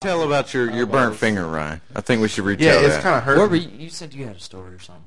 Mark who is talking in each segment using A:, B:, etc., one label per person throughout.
A: Tell about your, your burnt finger, Ryan. I think we should reach
B: Oh, Yeah,
A: out.
B: it's kind of hurt.
C: Where were you, you said you had a story or something?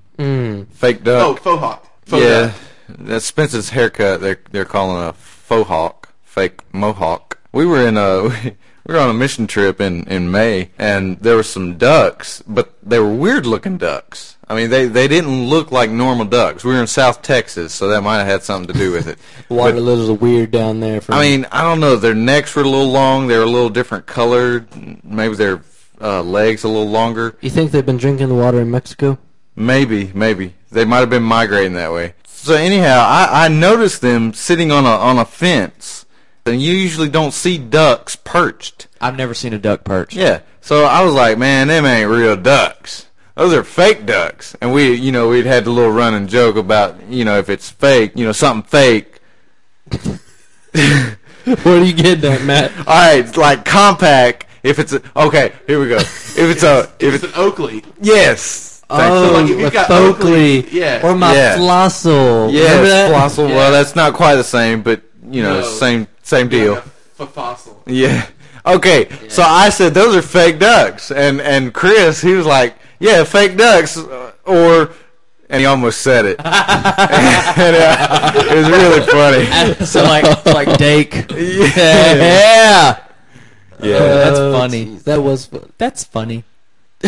A: of fake
B: oh,
A: duck.
B: faux hawk. Faux
A: yeah,
B: duck.
A: that's Spencer's haircut. They're they're calling a faux hawk, fake mohawk. We were in a we were on a mission trip in in May, and there were some ducks, but they were weird looking ducks. I mean, they they didn't look like normal ducks. We were in South Texas, so that might have had something to do with it.
C: Water lilies are weird down there. For
A: I mean, I don't know. Their necks were a little long. They were a little different colored. Maybe their uh, legs a little longer.
C: you think they've been drinking the water in Mexico?
A: Maybe, maybe they might have been migrating that way. So anyhow, I, I noticed them sitting on a on a fence, and you usually don't see ducks perched.
D: I've never seen a duck perch.
A: Yeah. So I was like, man, them ain't real ducks. Those are fake ducks. And we, you know, we'd had the little running joke about, you know, if it's fake, you know, something fake.
C: Where do you get that, Matt?
A: All right, like compact. If it's a, okay, here we go. If it's a, Oh, if
B: It's
A: it's
B: an Oakley.
A: yes. Thanks.
C: oh,
B: like, if you've
C: with
B: got
C: Oakley,
B: Oakley, yeah.
C: or my
A: Yeah.
C: flossel. Remember
A: Yes,
C: that?
A: Flossel.
B: Yeah.
A: Well, that's not quite the same, but you know,
B: No.
A: same same deal.
B: Like a f- fossil.
A: Yeah. Okay. So I said those are fake ducks, and and Chris he was like, yeah, fake ducks, uh, or and he almost said it. and, uh, it was really funny.
D: so like like Dake.
A: Yeah. Yeah.
D: That's
C: Oh,
D: funny.
C: jeez, that was fun.
D: That's funny.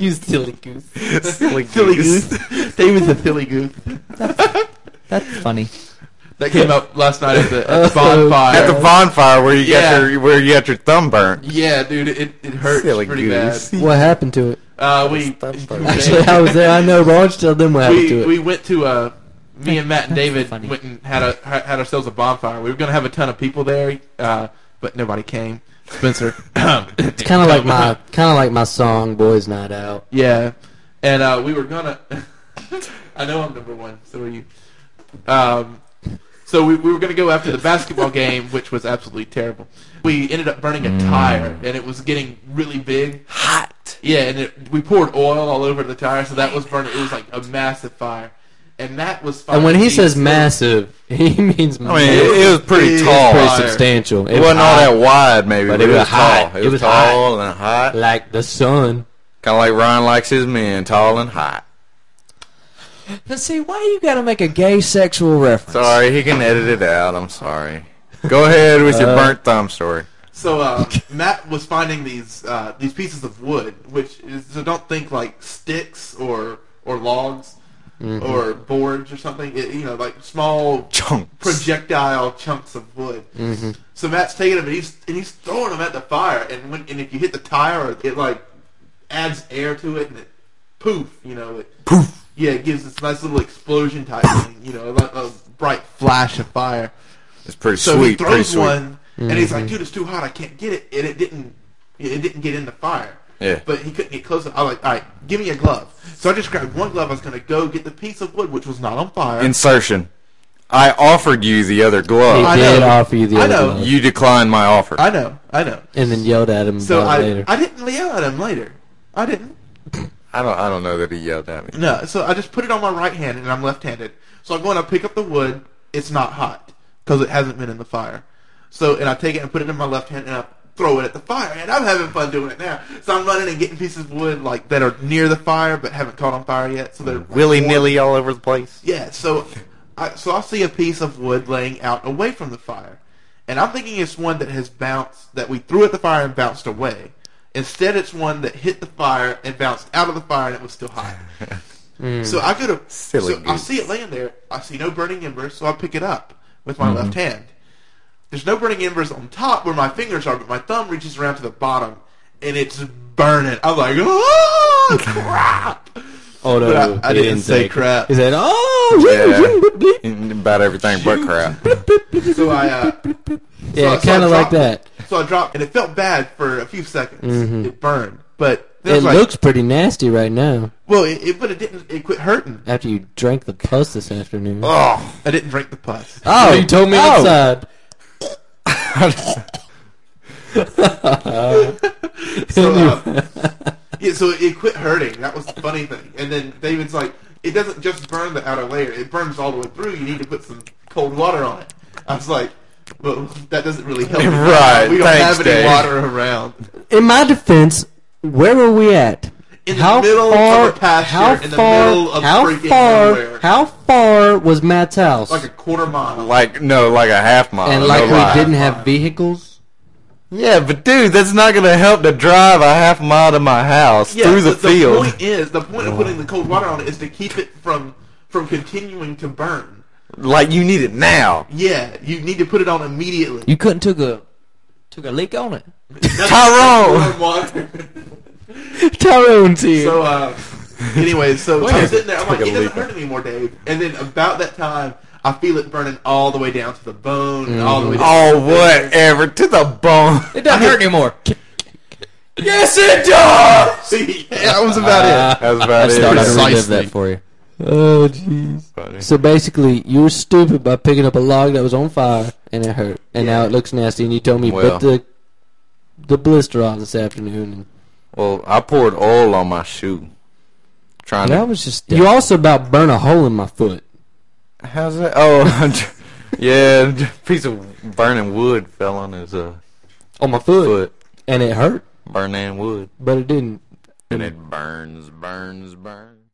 C: You silly goose.
A: Silly
B: Philly
A: goose.
B: Goose. David's a Philly Goose.
D: That's funny.
B: That came up last night at the, at the bonfire.
A: At the bonfire where you
B: Yeah.
A: got your where you got your thumb burnt.
B: yeah, dude, it, it hurts
A: Silly
B: pretty
A: goose.
B: bad.
C: What happened to it?
B: Uh, we
C: Actually, I was there. I know. But why don't you tell them what happened
B: we
C: to
B: we
C: it?
B: went to uh, me and Matt and David
D: funny.
B: went and had a ha- had ourselves a bonfire. We were gonna have a ton of people there, uh, but nobody came. Spencer,
C: It's kind of like my kind of like my song, "Boys Night Out."
B: yeah, and uh, we were gonna. I know I'm number one. So are you. Um, so we, we were gonna go after the basketball game, which was absolutely terrible. We ended up burning
C: Mm.
B: a tire, and it was getting really big.
A: Hot.
B: Yeah, and it, we poured oil all over the tire, so that was burning. It was like a massive fire, and that was.
C: And when he
B: finally-
C: says massive, he means
A: I mean, it, it was pretty
B: It was
A: tall.
C: pretty
B: fire.
C: substantial.
A: It wasn't all that wide, maybe, but, it, was,
C: hot.
A: tall.
C: It
A: It, was
C: was hot.
A: tall and hot.
C: like the sun.
A: Kind of like Ryan likes his men, tall and hot.
D: Let's see, why you gotta make a gay sexual reference?
A: Sorry, he can edit it out. I'm sorry. Go ahead with
B: Uh,
A: your burnt thumb story.
B: So uh, Matt was finding these uh, these pieces of wood, which is, so don't think like sticks or or logs or boards or something. It, you know, like small
A: Chunks.
B: projectile chunks of wood. So Matt's taking them and he's and he's throwing them at the fire. And when and if you hit the tire, it like adds air to it and it poof, you know, it poof. Yeah, it gives this nice little explosion type thing, you know, like a bright flash of fire.
A: It's pretty
B: So he
A: sweet. Pretty
B: throws
A: sweet. Mm-hmm.
B: one, and he's like, "Dude, it's too hot. I can't get it." And it didn't. It didn't get in the fire.
A: Yeah.
B: But he couldn't get close. enough. I was like, "All right, give me a glove." So I just grabbed one glove. I was gonna go get the piece of wood, which was not on fire.
A: Insertion. I offered you the other
C: He
A: glove.
B: I
C: did
B: know.
C: offer you the
B: I
C: other
B: know.
C: glove,
A: You declined my offer.
B: I know. I know.
C: and then yelled at him
B: So
C: about
B: I
C: it later.
B: I didn't yell at him later. I didn't.
A: I don't. I don't know that he yelled at me.
B: No. So I just put it on my right hand, and I'm left-handed. So I go and I pick up the wood. It's not hot because it hasn't been in the fire. So and I take it and put it in my left hand and I throw it at the fire. And I'm having fun doing it now. So I'm running and getting pieces of wood like that are near the fire but haven't caught on fire yet. So they're
A: Willy nilly all over the place.
B: yeah, so I so I see a piece of wood laying out away from the fire, and I'm thinking it's one that has bounced that we threw at the fire and bounced away. Instead, it's one that hit the fire and bounced out of the fire and it was still hot. So I could have. So
A: Silly
B: I
A: goose.
B: see it laying there. I see no burning embers, so I pick it up with my
A: Mm-hmm.
B: left hand. There's no burning embers on top where my fingers are, but my thumb reaches around to the bottom, and it's burning. I'm like, oh crap!
C: oh no,
B: but I-
C: no,
B: I
C: he
B: didn't say crap.
C: He said, "Oh, yeah,
A: Yeah. About everything but crap.
B: So I uh,
C: yeah
B: So- so
C: kind
B: I
C: of like
B: dropped it.
C: that."
B: So I dropped, and it felt bad for a few seconds.
A: Mm-hmm.
B: It burned, but then I
C: It
B: was like,
C: looks pretty nasty right now
B: well. It, it- but it didn't. It quit hurting.
C: after you drank the pus this afternoon. Oh,
A: Oh.
B: I didn't drink the pus.
C: you told me
A: oh.
C: outside.
B: uh,
A: Oh.
B: So, uh, yeah, so it quit hurting. That was the funny thing. And then David's like, it doesn't just burn the outer layer; it burns all the way through. You need to put some cold water on it. I was like, but that doesn't really help.
A: Right,
B: We don't
A: thanks,
B: have any
A: Dave.
B: water around.
C: In my defense, where were we at?
B: In the middle of a pasture,
C: how
B: in the
C: far,
B: middle of
C: how
B: freaking
C: far,
B: nowhere.
C: how far was Matt's house?
B: Like a Oh, quarter mile.
A: Like no, like a half mile.
C: and
A: no
C: like we
A: lie.
C: didn't have vehicles.
A: Yeah, but dude, that's not gonna help to drive a half mile to my house
B: Yeah,
A: through the,
B: but
A: field.
B: The point is, the point of putting the cold water on it is to keep it from from continuing to burn.
A: Like you need it now.
B: Yeah, you need to put it on immediately.
D: You couldn't took a took a leak on it.
B: That's
A: Tyrone!
B: warm water.
C: Tyrone's here.
B: so, uh, anyway, so I'm sitting there. I'm like,
A: Take a
B: it doesn't
A: leak.
B: hurt anymore, Dave. And then about that time, I feel it burning all the way down to the bone, and all the way. Down
A: Oh whatever to the bone.
D: It doesn't hurt anymore.
A: yes, it does.
B: yeah.
A: That was about it. That's about
D: I
A: it.
D: started to relive
E: Precisely.
D: that for you.
C: oh jeez.
A: Funny.
C: So basically, you were stupid by picking up a log that was on fire and it hurt, and now it looks nasty. And you told me you
A: Well.
C: put the the blister on this afternoon. And
A: Well, I poured oil on my shoe. Trying
D: That
A: to.
D: was just
C: You also about burn a hole in my foot.
A: How's that? Oh, I'm tr- yeah. A piece of burning wood fell on his uh,
C: On my foot,
A: foot.
C: and it hurt,
A: Burning wood,
C: but it didn't.
A: and it burns, burns, burns.